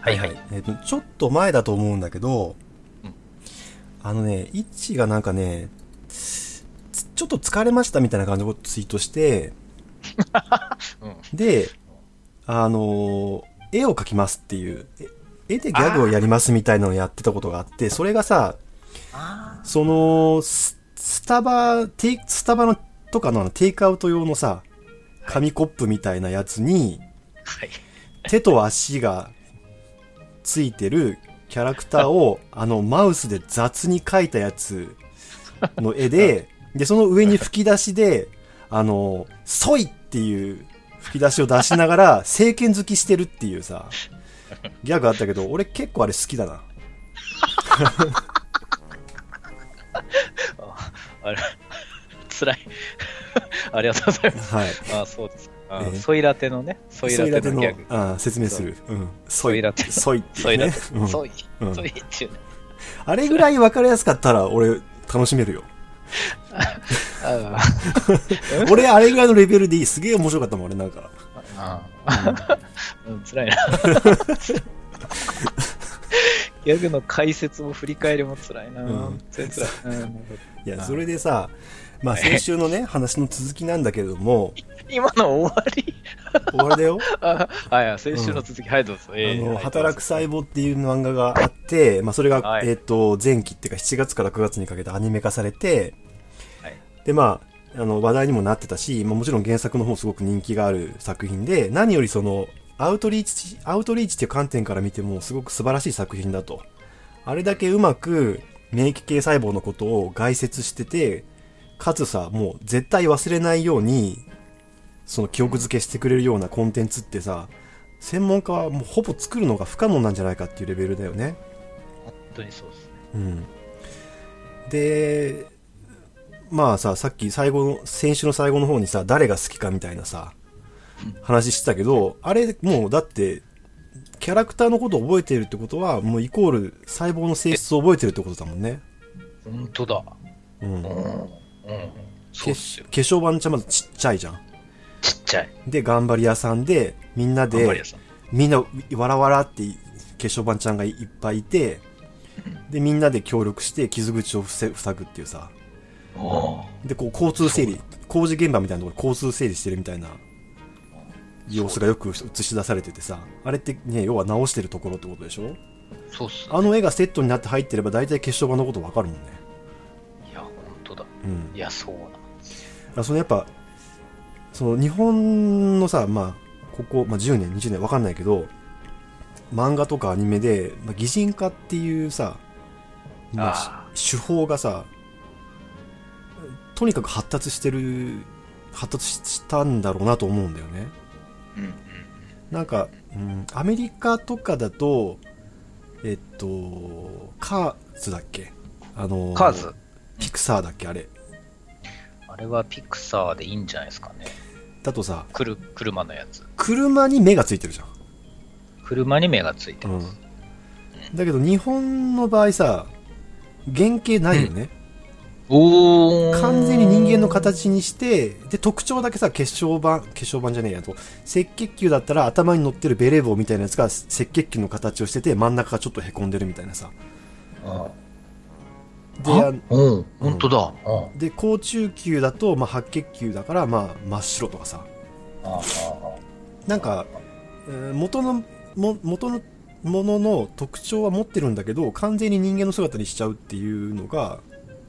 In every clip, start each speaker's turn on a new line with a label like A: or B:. A: はいはい。
B: えっと、ちょっと前だと思うんだけど、
A: うん
B: あのね、イッチがなんかね、つちょっと疲れましたみたいな感じをツイートして、
A: うん。
B: で、あのー絵を描きますっていう、え絵でギャグをやりますみたいなのをやってたことがあって、それがさ、
A: あ
B: その、ススタバ、テイスタバのとかのあのテイクアウト用のさ、紙コップみたいなやつに、
A: あ。はい。
B: 手と足がついてるキャラクターをあのマウスで雑に描いたやつの 絵で、で、その上に吹き出しで、あの、ソイっていう吹き出しを出しながら、 政権好きしてるっていうさ、ギャグあったけど、俺結構あれ好きだな。
A: ああれ、辛い。 ありがとうございます。
B: はい。
A: あそうです。あ
B: ええ
A: ソイラテのね、ソイラテのギャグ。
B: あ説明する。うん。ソ
A: ソイ
B: イ
A: ラテ。
B: ソイって
A: ソ
B: い
A: イ
B: う
A: ラ
B: ね
A: テ。
B: う。ん
A: ソイ。
B: うん
A: ソイっていうね。
B: あれぐらい分かりやすかったら俺楽しめ るよ。
A: あ
B: 俺あれぐらいのレベルでいい。すげえ面白かったもん、俺なんか。
A: ああ。 うん、辛いな。ギャグの解説も振り返りも辛いな。
B: うん
A: 全然辛い。うん
B: いや、
A: あ
B: それでさ、まあ
A: え
B: 先週のね、話の続きなんだけれども、
A: 今の終わり
B: 終わりだよ。
A: あはいはい、先週の続き、はい、どうぞ。え
B: あ
A: え
B: の、
A: はい
B: 働く細胞っていう漫画があって、まあそれが、
A: はい
B: えっ、と、前期っていうか7月から9月にかけてアニメ化されて、
A: はい
B: で、まあ、あの、話題にもなってたし、まあもちろん原作の方すごく人気がある作品で、何よりその、アウトリーチ、アウトリーチっていう観点から見てもすごく素晴らしい作品だと。あれだけうまく免疫系細胞のことを概説してて、かつさ、もう絶対忘れないように、その記憶付けしてくれるようなコンテンツってさ、専門家はもうほぼ作るのが不可能なんじゃないかっていうレベルだよね。
A: 本当にそうですね。
B: うん。で、まあさ、さっき最後の、先週の最後の方にさ、誰が好きかみたいなさ、話してたけど、あれもうだって、キャラクターのことを覚えてるってことは、もうイコール細胞の性質を覚えてるってことだもんね。
A: 本当だ。
B: うん。
A: うん。うん。そうっすよ。
B: 化粧板ちゃまずちっちゃいじゃん。
A: ちっちゃい。
B: で、頑張り屋さんで、みんな
A: 頑張り
B: で
A: 屋、さん。
B: みんな、わらわらって、化粧板ちゃんがいっぱいいて、で、みんなで協力して、傷口をふせ塞ぐっていうさ。
A: おー
B: で、こう、交通整理、工事現場みたいなところ、交通整理してるみたいな様子がよく映し出されててさ。あれってね、要は直してるところってことでしょ
A: そうっすね。
B: あの絵がセットになって入ってれば、大体化粧板のことわかるもんね。
A: いや、本当だ。
B: うん。
A: いや、そうなん
B: あそのやっぱその日本のさまあここ、まあ、10年20年わかんないけど漫画とかアニメで、まあ、擬人化っていうさ、まあ
A: あ
B: し手法がさとにかく発達してる発達したんだろうなと思うんだよね
A: うんうん。
B: なんか、うん、アメリカとかだとえっとカーズだっけあの
A: カーズ、
B: ピクサーだっけあれ
A: あれはピクサーでいいんじゃないですかね。
B: だとさ
A: くる車のやつ。
B: 車に目がついてるじゃん
A: 車に目がついてます。
B: うん、だけど日本の場合さ原型ないよね、
A: おお。
B: 完全に人間の。形にしてで特徴だけさ結晶板結晶板じゃねえやと赤血球だったら頭に乗ってるベレー帽みたいなやつが赤血球の形をしてて真ん中がちょっとへこんでるみたいなさ
A: あ
B: であ
A: うん。本当だ。うん。
B: で高中球だと、まあ、白血球だから、まあ、真っ白とかさ
A: ああ。
B: なんか、えー元のも元のものの特徴は持ってるんだけど完全に人間の姿にしちゃうっていうのが、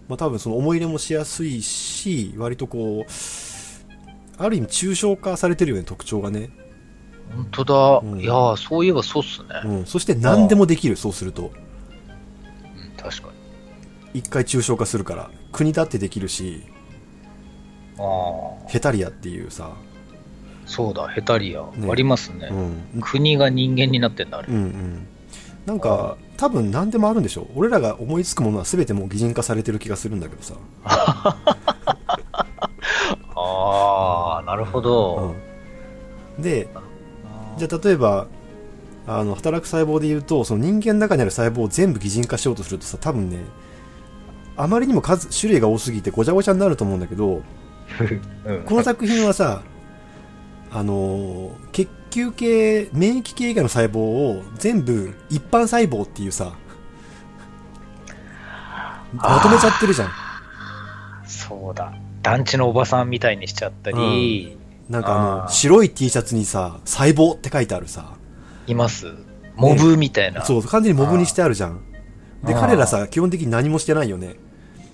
B: まあ、多分その思い入れもしやすいし割とこうある意味抽象化されてるよね特徴がね、
A: 本当だ。
B: うん
A: いやー、そういえばそうっすね。
B: うん、そして何でもできるそうすると
A: うん、確かに。
B: 一回抽象化するから国だってできるし
A: ああ。
B: ヘタリアっていうさ、
A: そうだ、ヘタリア。
B: ね
A: ありますね。
B: うん、
A: 国が人間になってんだ、あれ
B: う。んうんなんか多分何でもあるんでしょ俺らが思いつくものは全てもう擬人化されてる気がするんだけどさ、
A: ああ、なるほど。
B: うん、でじゃあ例えばあの働く細胞で言うとその人間の中にある細胞を全部擬人化しようとするとさ多分ねあまりにも数種類が多すぎてごちゃごちゃになると思うんだけど
A: うん
B: この作品はさあのー血球系免疫系以外の細胞を全部一般細胞っていうさまとめちゃってるじゃん
A: そうだ。団地のおばさんみたいにしちゃったり、
B: なんかあの
A: あー
B: 白い T シャツにさ細胞って書いてあるさ
A: いますモブみたいな。
B: そう完全にモブにしてあるじゃんで
A: あー
B: 彼らさ基本的に何もしてないよね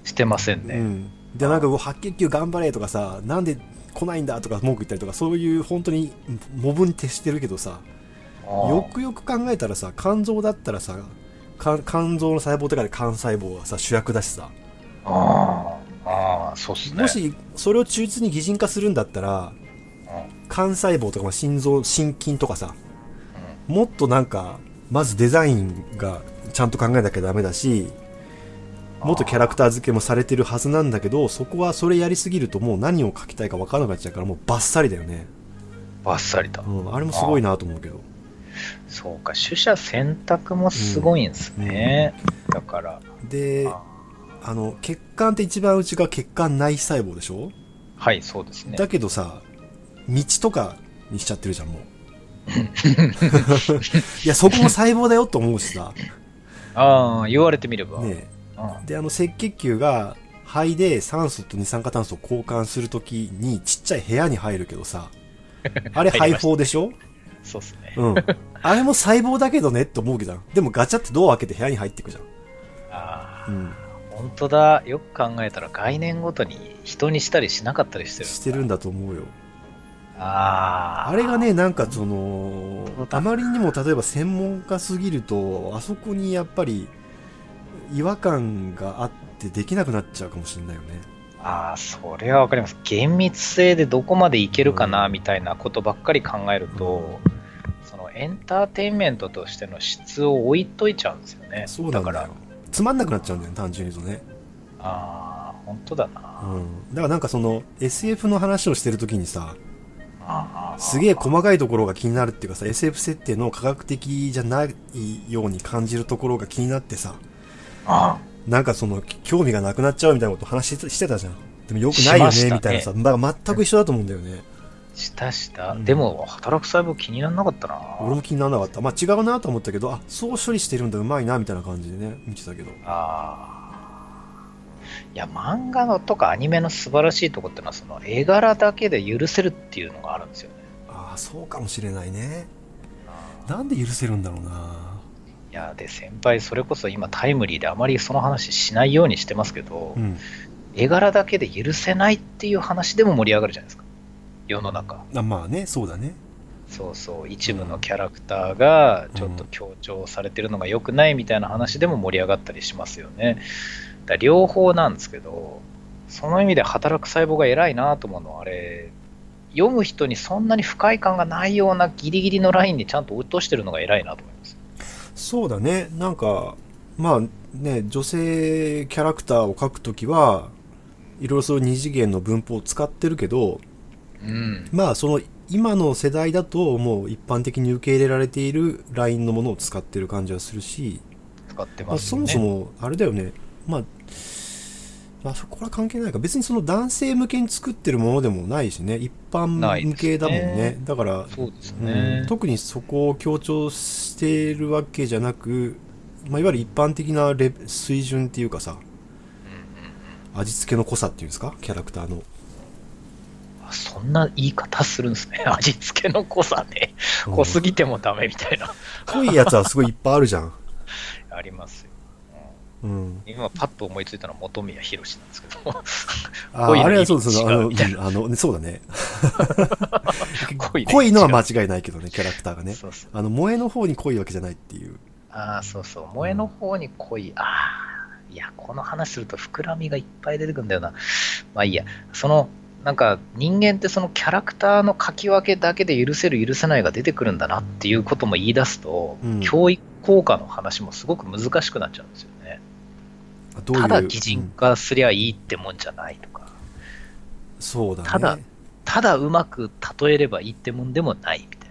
A: してません
B: う
A: ね。
B: ん、でなんかうわ白血球頑張れとかさなんで来ないんだとか文句言ったりとかそういう本当にモブに徹してるけどさ
A: ああ
B: よくよく考えたらさ肝臓だったらさか肝臓の細胞とかで肝細胞がさ主役だしさ
A: ああ、ああそうっすね。
B: もしそれを忠実に擬人化するんだった
A: う
B: ら
A: ん
B: 肝細胞とかまあ心臓心筋とかさもっとなんかまずデザインがちゃんと考えなきゃダメだしもっとキャラクター付けもされてるはずなんだけどそこはそれやりすぎるともう何を描きたいか分からなくなっちゃうからもうバッサリだよね、
A: バッサリだ。
B: うん、あれもすごいなと思うけど
A: そうか、取捨選択もすごいんですね。だから。
B: で
A: あ
B: あの血管って一番内側血管内細胞でしょ
A: はい、そうですね。
B: だけどさ道とかにしちゃってるじゃん もういやそこも細胞だよと思うし さ、
A: ああ、言われてみれば。
B: ね
A: うん
B: え、であの赤血球が肺で酸素と二酸化炭素を交換するときにちっちゃい部屋に入るけ どさあれ
A: 入り
B: 肺
A: ました
B: 胞でしょ
A: そうっすね。
B: うんあれも細胞だけどねって思うけどでもガチャってドア開けて部屋に入ってくじ
A: あ
B: ゃん、うん、
A: あ、本当だ。よく考えたら概念ごとに人にしたりしなかったりしてる。
B: してるんだと思うよ
A: ああ。
B: あれがね、なんかその
A: 本、当だ
B: あまりにも例えば専門家すぎると、あそこにやっぱり違和感があってできなくなっちゃうかもしれないよね。
A: ああ、それはわかります。厳密性でどこまでいけるかな、
B: うん
A: みたいなことばっかり考えると、そのエンターテインメントとしての質を置いといちゃうんですよね。
B: そうなん
A: か
B: だ
A: ら
B: よ。。つまんなくなっちゃうんだよね、単純に言うとね。
A: ああ、本当だ
B: う
A: な。
B: ん。だからなんかその、SF の話をしてるときにさ、
A: あー
B: すげえ細かいところが気になるっていうかさ、SF 設定の科学的じゃないように感じるところが気になってさ、
A: あ
B: なんかその、興味がなくなっちゃうみたいなこと話してしてたじゃん。でもよくない
A: し
B: よ
A: ました
B: ね、
A: ね
B: みたいなさ、だから全く一緒だと思うんだよね。
A: ーしたした。
B: うん
A: でも、働く細胞気にならなかったな。
B: 俺も気にならなかった。まあ違うなと思ったけど、あ、そう処理してるんだ、うまいな、みたいな感じでね、見てたけど。
A: あーいや、漫画のとかアニメの素晴らしいとこってのは、その絵柄だけで許せるっていうのがあるんですよね。
B: ああ、そうかもしれないね。なんで許せるんだろうな。
A: いや、で、先輩、それこそ今タイムリーであまりその話しないようにしてますけど、
B: うん。
A: 絵柄だけで許せないっていう話でも盛り上がるじゃないですか。世の中。
B: あまあね、そうだね。
A: そうそう、一部のキャラクターがちょっと強調されてるのが良くないみたいな話でも盛り上がったりしますよね。だから両方なんですけど、その意味で働く細胞が偉いなと思うのは、あれ、読む人にそんなに不快感がないようなギリギリのラインにちゃんと落としてるのが偉いなと思います。
B: そうだね。なんか、まあね、女性キャラクターを描くときは、いろいろそういう二次元の文法を使ってるけど、
A: うん。
B: まあその、今の世代だともう一般的に受け入れられているラインのものを使ってる感じはするし、
A: 使って
B: まあ、
A: ます
B: そ
A: よね。
B: もそもあれだよね、まあ、まあ、そこは関係ないか別にその男性向けに作ってるものでもないしね一般向けだもんね
A: ないですね
B: だから、
A: そうです
B: うん
A: ね。
B: 特にそこを強調しているわけじゃなく、まあ、いわゆる一般的なレベ水準っていうかさ味付けの濃さっていうんですかキャラクターの、
A: あそんな言い方するんですね。 味付けの濃さね。濃すぎてもダメみたいな。
B: 濃いやつはすごいいっぱいあるじゃん、
A: ありますよ。
B: うん、
A: 今パッと思いついたのは本宮宏なんですけど
B: あ
A: 濃いの
B: あれはそうそうあの,、
A: 違うみたい
B: うんあのねそうだね
A: 濃いね
B: 濃いのは間違いないけどねキャラクターがね
A: そうそう
B: あの萌えの方に濃いわけじゃないっていう
A: ああそうそう萌えの方に濃いああいやこの話すると膨らみがいっぱい出てくるんだよなまあいいやそのなんか人間ってそのキャラクターの書き分けだけで許せる許せないが出てくるんだなっていうことも言い出すと、
B: うん
A: 教育効果の話もすごく難しくなっちゃうんですよね
B: どういう
A: ただ擬
B: う
A: 人
B: ん
A: 化すりゃいいってもんじゃないとか、
B: そうだね
A: ただただうまく例えればいいってもんでもないみたい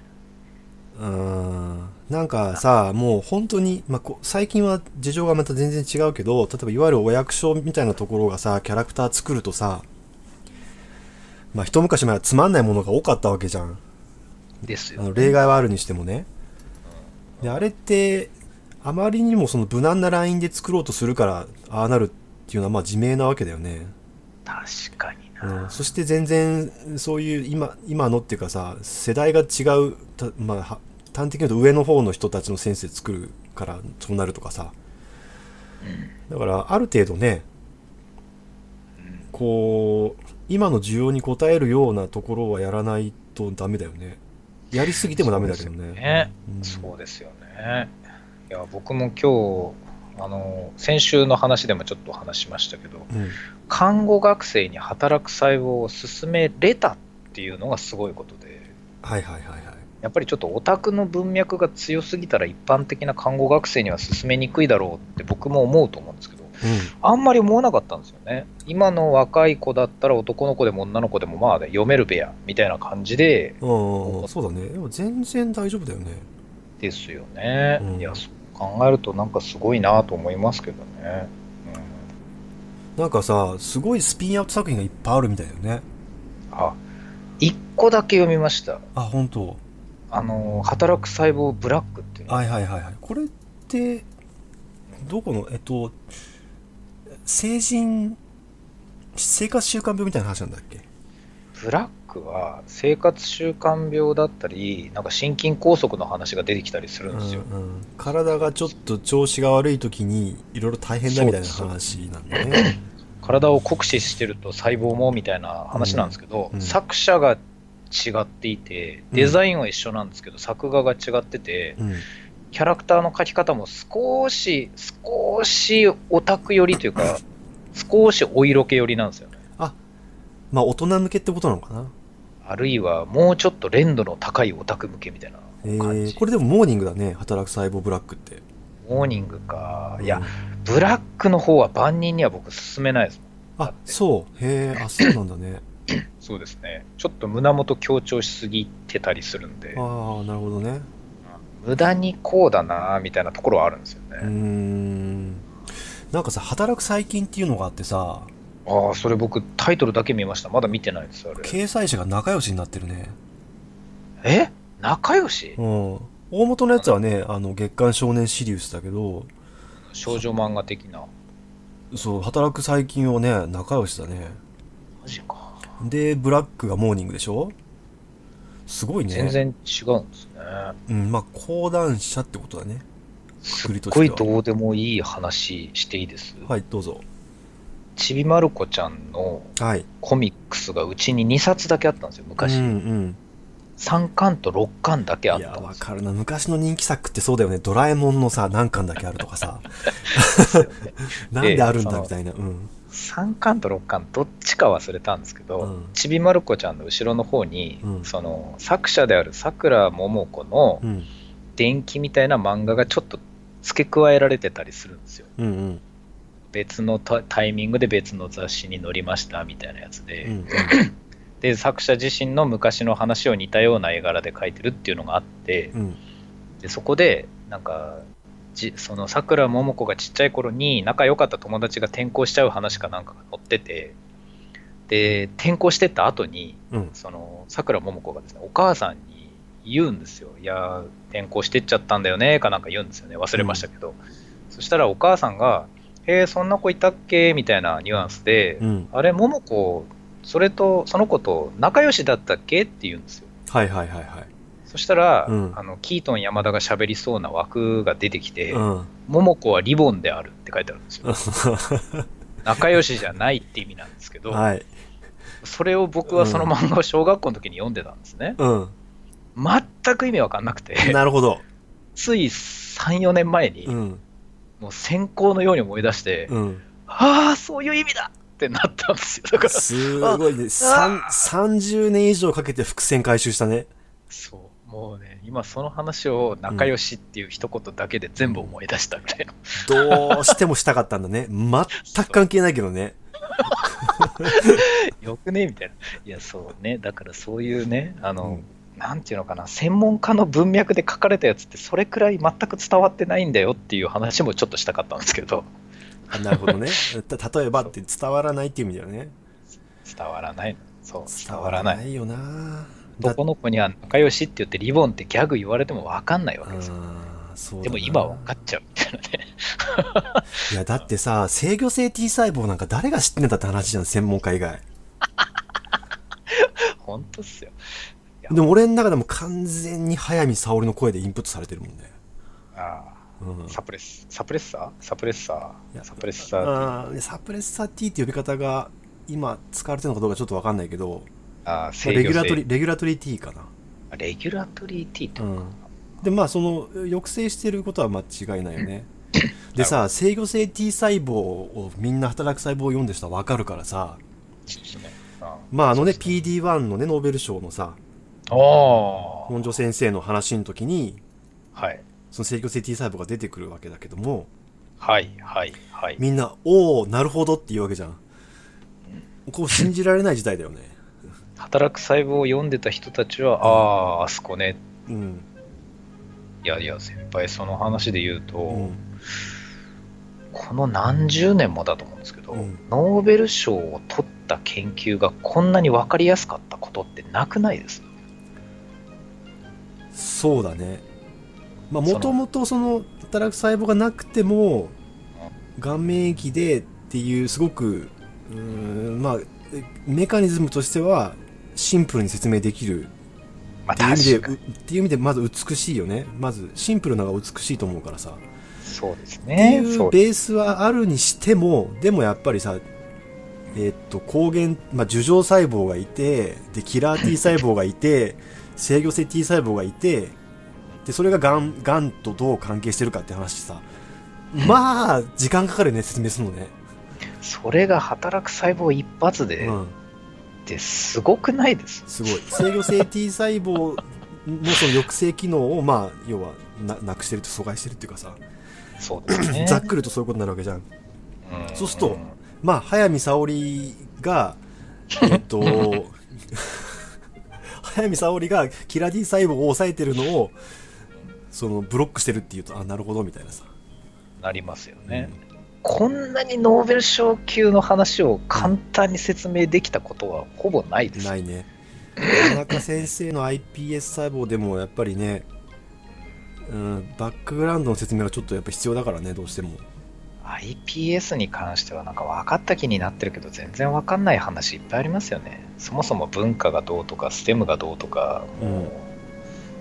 A: な
B: うーんなんかさもう本当に、まあ、こう最近は事情がまた全然違うけど例えばいわゆるお役所みたいなところがさキャラクター作るとさまあ一昔前はつまんないものが多かったわけじゃん
A: です
B: あ
A: よ、
B: の
A: ね。
B: 例外はあるにしてもねであれってあまりにもその無難なラインで作ろうとするからああなるっていうのはまあ自明なわけだよね、
A: 確かに
B: う
A: な。
B: ん、そして全然そういう今今のっていうかさ世代が違うた、まあ、は端的に言うと上の方の人たちの先生作るからそうなるとかさだからある程度ねこう今の需要に応えるようなところはやらないとダメだよねやりすぎてもダメだけどねうん
A: そうですよね。いや、僕も今日、あの、先週の話でもちょっと話しましたけど、
B: うん
A: 看護学生に働く細胞を勧めれたっていうのがすごいことで、
B: はいはいはいはい
A: やっぱりちょっとオタクの文脈が強すぎたら一般的な看護学生には勧めにくいだろうって僕も思うと思うんですけど、あんまり思わなかったんですよね。今の若い子だったら男の子でも女の子でもまあ、ね、読める部屋みたいな感じで
B: うんうんうんそうだねでも全然大丈夫だよね
A: ですよね。
B: うん
A: いや、そう考えるとなんかすごいなと思いますけどね。うん、
B: なんかさすごいスピンアウト作品がいっぱいあるみたいだよね
A: あ、一個だけ読みました。
B: あ本当。
A: あの、働く細胞ブラックっていうの。
B: はいはいはいはいこれってどこのえっと成人生活習慣病みたいな話なんだっけ
A: ブラックは生活習慣病だったり、なんか心筋梗塞の話が出てきたりするんですよ。
B: うんうん体がちょっと調子が悪い時にいろいろ大変だみたいな話なんだね
A: 体を酷使してると細胞もみたいな話なんですけど、
B: うんうん
A: 作者が違っていて、デザインは一緒なんですけど、作画が違ってて、
B: うん
A: キャラクターの描き方も少し、少しオタク寄りというか、少しお色気寄りなんですよね。
B: まあ大人向けってことなのかな
A: あるいはもうちょっと連度の高いオタク向けみたいな
B: え
A: 感じ。
B: ー、これでもモーニングだね働く細胞ブラックって
A: モーニングか。いや
B: うん、
A: ブラックの方は万人には僕勧めないです。
B: あそうへえあそうなんだね
A: そうですね。ちょっと胸元強調しすぎてたりするんで、
B: ああなるほどね
A: 無駄にこうだなみたいなところはあるんですよ
B: うー
A: ね。
B: んなんかさ働く細菌っていうのがあってさ
A: ああ、それ僕タイトルだけ見ました。まだ見てないです、あれ。
B: 掲載者が仲良しになってるね
A: え仲良し
B: うん大元のやつはねあの月刊少年シリウスだけど
A: 少女漫画的な。
B: そう働く細菌をね仲良しだね
A: マジか。
B: でブラックがモーニングでしょすごいね
A: 全然違うんですね。
B: うんまあ講談社ってことだね
A: す
B: くり
A: っ
B: として
A: ご
B: はい
A: どうでもいい話していいです。
B: はいどうぞ
A: ちびまる子ちゃんの
B: はい
A: コミックスがうちに2冊だけあったんですよ、昔。
B: うんうん
A: 3巻と6巻だけあっ
B: い
A: た
B: や
A: んで
B: わ
A: す
B: かるな昔の人気作ってそうだよねドラえもんのさ何巻だけあるとか さなんであるんだみたいなうん
A: 3巻と6巻どっちか忘れたんですけど、
B: うん
A: ちびまる子ちゃんの後ろの方に、
B: うん
A: その作者であるさくらももこの
B: うん
A: 伝記みたいな漫画がちょっと付け加えられてたりするんですよ
B: うんうん
A: 別のタタイミングで別の雑誌に載りましたみたいなやつで、
B: うん
A: で作者自身の昔の話を似たような絵柄で描いてるっていうのがあって
B: うん
A: でそこでなんかじそのさくらももこがちっちゃい頃に仲良かった友達が転校しちゃう話かなんかが載っててで転校してった後に
B: うん
A: そのさくらももこがですねお母さんに言うんですよ「いやー転校してっちゃったんだよね」かなんか言うんですよね忘れましたけど、そしたらお母さんが「へえそんな子いたっけ?」みたいなニュアンスで「
B: うん
A: あれももこそれとその子と仲良しだったっけ?」って言うんですよ
B: はいはいはいはい
A: そしたら、
B: うん
A: あのキートン山田が喋りそうな枠が出てきて
B: う
A: 「
B: ん
A: ももこはリボンである」って書いてあるんですよ仲良しじゃないって意味なんですけど、
B: はい。
A: それを僕はその漫画を小学校の時に読んでたんですね、
B: うん。
A: 全く意味わかんなくて
B: なるほど。
A: つい3、4年前に、
B: うん。
A: もう閃光のように思い出して、
B: うん。
A: ああ、そういう意味だってなったんですよ。だから、
B: すごいね。三30年以上かけて伏線回収し たね。
A: そう、もうね、今その話を仲良しっていう一言だけで全部思い出したみたいな。
B: どうしてもしたかったんだね。全く関係ないけどね。
A: よくねみたいな。いや、そうね。だからそういうね、あ
B: う
A: の
B: ん、
A: なんていうのかな、専門家の文脈で書かれたやつって、それくらい全く伝わってないんだよっていう話もちょっとしたかったんですけど、
B: あなるほど ね。た例えばって伝わらないっていう意味だよね。
A: 伝わらない。そう、伝わらない。
B: よな。
A: 男の子には仲良しって言ってリボンってギャグ言われても分かんないわけですよ。
B: あーそうだ
A: で
B: な
A: も今は分かっちゃうみたいなね。
B: いやだってさ制御性 T 細胞なんか誰が知ってんだって話じゃん専門家以外
A: 本当っすよ。
B: でも俺の中でも完全に早見沙織の声でインプットされてるもんね、
A: あ
B: うん
A: あ、サプレス、サプレッサーサプレッサ
B: いや
A: ーサプレッサーって
B: あーサプレッサー T って呼び方が今使われてるのかどうかちょっとわかんないけど
A: あー制
B: レギ
A: 御
B: ュラト
A: 性
B: リレギュラトリー T かな
A: レギュラトリー T って
B: う
A: こと
B: ん、でまあその抑制してることは間違いないよ ねでさ制御性 T 細胞をみんな働く細胞を読んでしたら分かるからさ
A: ですね。あ
B: まああのね
A: そう
B: PD1 のねノーベル賞のさ
A: あー、
B: 本庄先生の話の時に
A: はい。
B: その制御性 T 細胞が出てくるわけだけども
A: はい、はい、はい。
B: みんな「おおなるほど」って言うわけじゃんこう信じられない時代だよね
A: 働く細胞を読んでた人たちは、ああ、あそこね。
B: うん、
A: いやいや、先輩、その話で言うと、
B: うん、
A: この何十年もだと思うんですけど、
B: うん
A: ノーベル賞を取った研究がこんなに分かりやすかったことってなくないです
B: そうだねまあ
A: その
B: もともとその働く細胞がなくても顔面液でっていうすごくうーんまあえメカニズムとしてはシンプルに説明できる
A: まあ、
B: っていう意味で
A: 確かに
B: うっていう意味でまず美しいよねまずシンプルなのが美しいと思うからさ
A: そうです
B: って
A: ね。
B: い
A: そうう
B: ベースはあるにしてもでもやっぱりさえーっと抗原、まあ、樹状細胞がいてでキラー T 細胞が いて制御性 T 細胞がいてでそれががんがんとどう関係してるかって話さまあ時間かかるよね説明するのね、
A: それが働く細胞一発でっ
B: うん、
A: てすごくないです、
B: すごい制御性 T 細胞のその抑制機能をまあ要はななくしてると阻害してるっていうかさ、
A: そうですね
B: 。ざっくりとそういうことになるわけじゃん
A: うん
B: そうするとまあ、早見沙織が、えっと、早見沙織がキラ D 細胞を抑えてるのを、そのブロックしてるっていうと、あ、なるほどみたいなさ。
A: なりますよね。こんなにノーベル賞級の話を簡単に説明できたことはほぼないです。
B: ないね。田中先生の iPS 細胞でもやっぱりね、うん、バックグラウンドの説明がちょっとやっぱ必要だからね、どうしても。
A: iPS に関してはなんか分かった気になってるけど全然分かんない話いっぱいありますよねそもそも文化がどうとかステムがどうとかもう、
B: うん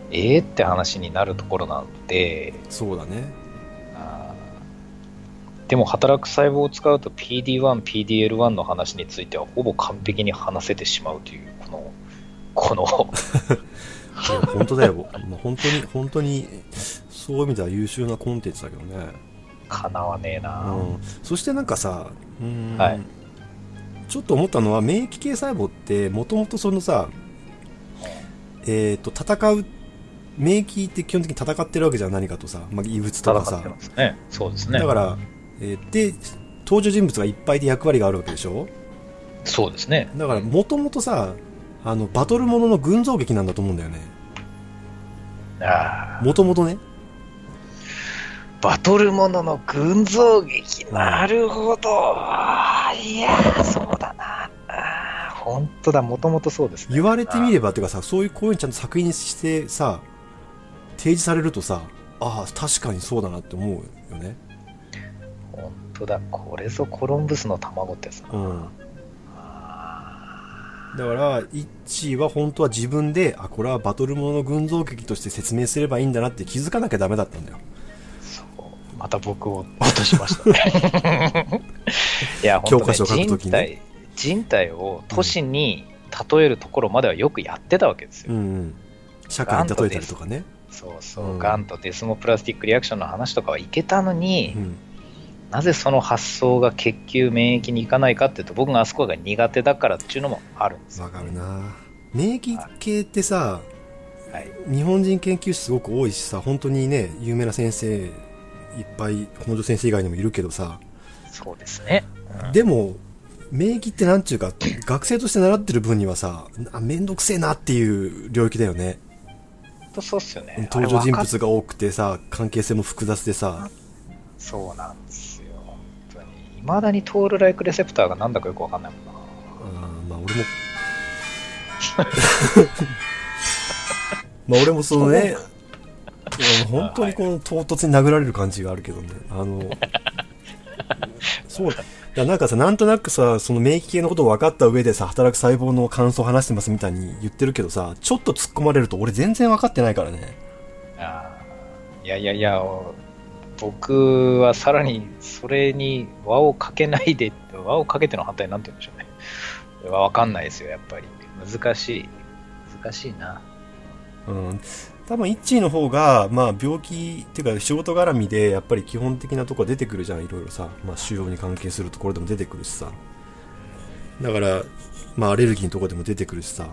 A: ええって話になるところなんで
B: そうだね。
A: あーでも働く細胞を使うと PD1PDL1 の話についてはほぼ完璧に話せてしまうというこのこの
B: いや本当だよ。 まあ本当に、本当に、そういう意味では優秀なコンテンツだけどね。
A: かなわねえな、
B: うんそしてなんかさ、うん
A: はい
B: ちょっと思ったのは免疫系細胞ってもともとそのさ、えー、と戦う免疫って基本的に戦ってるわけじゃん何かとさ、まあ、異物と
A: 戦っ
B: かさ
A: てますねそうですね
B: だから、えーで登場人物がいっぱいで役割があるわけでしょ
A: そうですね
B: だからもともとさあのバトルものの群像劇なんだと思うんだよね
A: あー
B: もともとね
A: バトルものの群像劇、なるほど。あーいやー、そうだな。あー本当だ、もともとそうですね。
B: 言われてみればっていうかさそういうこういうにちゃんと作品にしてさ提示されるとさああ確かにそうだなって思うよね
A: 本当だ、これぞコロンブスの卵ってさ。
B: うん
A: あ
B: だから1は本当は自分であこれはバトルものの群像劇として説明すればいいんだなって気づかなきゃダメだったんだよ
A: ーそう。また僕を落としました ね。いや、本当
B: 教科書書く
A: ね、
B: と
A: 人
B: き
A: 体
B: ね、
A: 人体を都市に例えるところまではよくやってたわけですよ。
B: うん、うん、社会に例えたりとかね
A: そうそう、
B: うん
A: ガンとデスモプラスティックリアクションの話とかはいけたのに、
B: うん
A: なぜその発想が血球免疫に行かないかっていうと僕があそこが苦手だからっていうのもあるんですよ
B: わかるな免疫系ってさ
A: はい、
B: 日本人研究室すごく多いしさ本当にね有名な先生いっぱい本庄先生以外にもいるけどさ
A: そうですね、うん
B: でも免疫ってなんちゅうか学生として習ってる分にはさあめんどくせえなっていう領域だよね
A: 本当そうっすよね
B: 登場人
A: あれ分かっ
B: 物が多くてさ関係性も複雑でさ
A: そうなんですよ本当にいまだにトールライクレセプターがなんだかよくわかんないもんな
B: あーまあ俺も まあ俺もそのね、いやもう本当にこの唐突に殴られる感じがあるけどね。あ の、そうだ。いやなんかさ、なんとなくさ、その免疫系のことを分かった上でさ、働く細胞の感想を話してますみたいに言ってるけどさ、ちょっと突っ込まれると俺全然分かってないからね。
A: あーいやいやいや、お僕はさらにそれに輪をかけないで、輪をかけての反対なんて言うんでしょうね。それはわかんないですよ、やっぱり。難しい。難しいな。
B: うん。多分、イッチーの方が、まあ、病気っていうか、仕事絡みで、やっぱり基本的なとこ出てくるじゃん、いろいろさ。まあ、腫瘍に関係するところでも出てくるしさ。だから、まあ、アレルギーのとこでも出てくるしさ。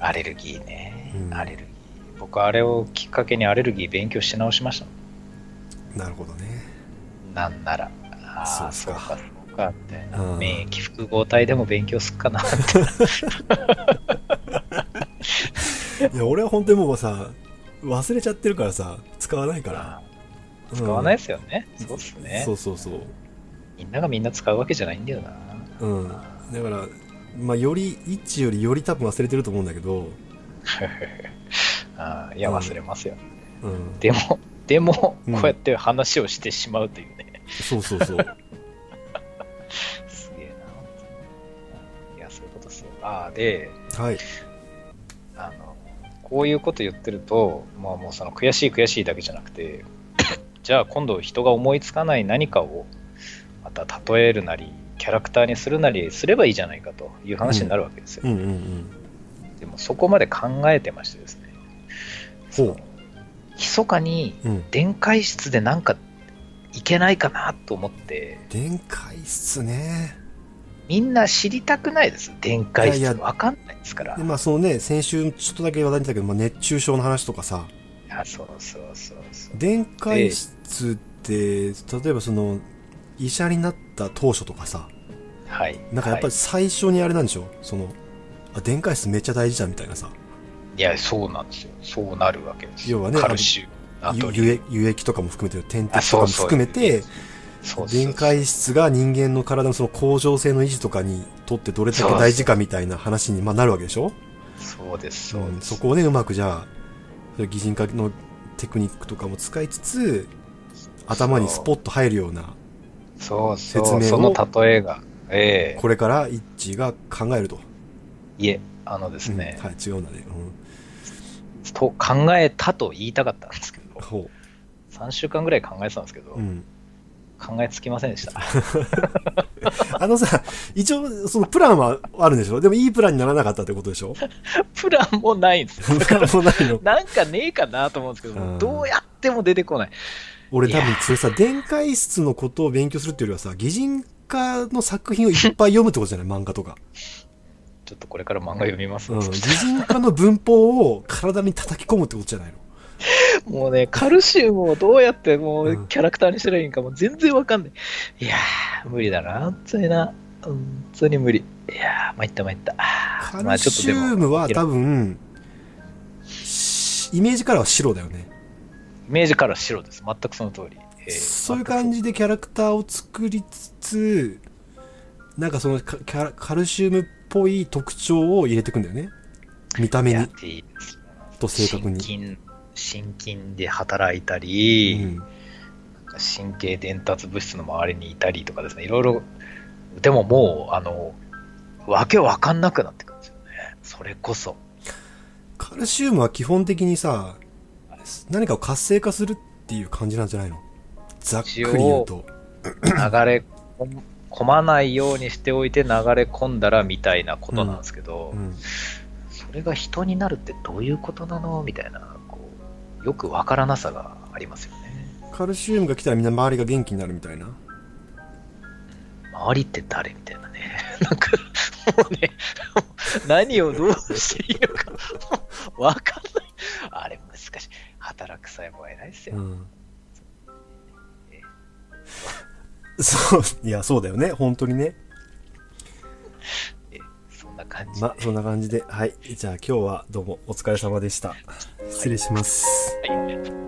A: アレルギーね。
B: うん
A: アレルギー。僕、あれをきっかけにアレルギー勉強し直しましたも
B: なるほどね。
A: ん。なんなら。ああ、
B: そ
A: そうう
B: か
A: か、そうか、みたいな
B: う。ん
A: 免疫複合体でも勉強すっかな。
B: いや、俺は本当にもうさ、忘れちゃってるからさ、使わないから。
A: 使わない
B: うん
A: ですよね。そうっすね
B: そ。うそうそう。
A: みんながみんな使うわけじゃないんだよな。
B: うん。だから、まあ、より、イッチよりより多分忘れてると思うんだけど、
A: あーいや、
B: うん
A: 忘れますよ。
B: うん。
A: でも、でも、こ
B: うん
A: うやって話をしてしまうというね。
B: そうそ うそう。
A: すげえな。本当にいや、そういうことっすよ。ああ、で、
B: はい。
A: あの、こういうこと言ってると、まあもうその悔しい悔しいだけじゃなくて、 じゃあ今度人が思いつかない何かを、また例えるなり、キャラクターにするなりすればいいじゃないかという話になるわけですよ。
B: うんうんうん。
A: でもそこまで考えてましてですね。
B: ほう
A: その密かに
B: うん。
A: 電解質でなんかいけないかなと思って、
B: 電解質ね。
A: みんな知りたくないです。電解
B: いや
A: 質
B: いや
A: わかんないですから
B: で。まあそのね、先週ちょっとだけ話題に出たけど、まあ、熱中症の話とかさ、
A: あ、そうそうそうそう。
B: 電解質って、例えばその、医者になった当初とかさ、
A: はい。
B: なんかやっぱり最初にあれなんでしょ、その、あ、電解質めっちゃ大事じゃんみたいなさ、
A: はいいや、そうなんですよ。そうなるわけですよ。
B: 要はね
A: カルシウム、ナト
B: ゆ
A: リウム。
B: 輸液輸液とかも含めて、点
A: あ
B: 滴と
A: そ
B: かも
A: うそう
B: 含めて、
A: そうそう
B: 電解質が人間の体のその恒常性の維持とかにとってどれだけ大事かみたいな話にまあなるわけでしょ
A: そうです、
B: う
A: そうんで
B: そ
A: す。
B: こをねうまくじゃあそれ擬人化のテクニックとかも使いつつ頭にスポッと入るような
A: そうそう
B: 説明を
A: その例えが。ええ
B: これからイッチが考えると、
A: いえ、あのですね、
B: うんはい違うんだね、
A: と考えたと言いたかったんですけ
B: うん、
A: ど、
B: ほ
A: 3週間ぐらい考えてたんですけど、
B: う、うん、
A: 考えつきませんでした。
B: あのさ一応そのプランはあるんでしょでもいいプランにならなかったってことでしょ
A: プランもないん ですよ。だか
B: プラ
A: ら
B: ンもないの
A: なんかねえかなと思うんですけど、
B: うん
A: どうやっても出てこない。
B: 俺多分それさ電解質のことを勉強するっていうよりはさ擬人化の作品をいっぱい読むってことじゃない漫画とか、
A: ちょっとこれから漫画読み ます、
B: うん、擬人化の文法を体に叩き込むってことじゃないの
A: もうね、カルシウムをどうやっても
B: うん
A: うキャラクターにしたらいいんかも全然わかんない。いやー、無理だな、本当にな。本当に無理。いやー、参った参った。
B: カ
A: ま
B: ル
A: あちょっと
B: シ
A: でも
B: ウムは多分、しイメージからは白だよね。
A: イメージから白です。全くその通り。えー
B: そういう感じでキャラクターを作りつつ、なんかそのカキャラカルシウムっぽい特徴を入れていくんだよね。見た目
A: 全くやっ
B: に
A: ていいです
B: と正確に。
A: 心筋、心筋で働いた
B: う
A: り、
B: ん、
A: 神経伝達物質の周りにいたりとかですね、いろいろ、でももう、あの、わけわかんなくなってくるんですよね。それこそ。
B: カルシウムは基本的にさ、何かを活性化するっていう感じなんじゃないのざっくり言うと。
A: 流れ 込込まないようにしておいて流れ込んだらみたいなことなんですけど、
B: うん、
A: それが人になるってどういうことなのみたいな、こう、よくわからなさがありますよね。
B: カルシウムが来たらみんな周りが元気になるみたいな。
A: 周りって誰みたいなね。 なんか、もうね、 何をどうしていいのか、 わかんない。あれ難しい。働く細胞は偉いですよ。
B: うん そう、いや、そうだよね、本当にね。
A: そんな感じで。
B: ま、そんな感じで、はい。じゃあ今日はどうもお疲れ様でした。失礼します。
A: はい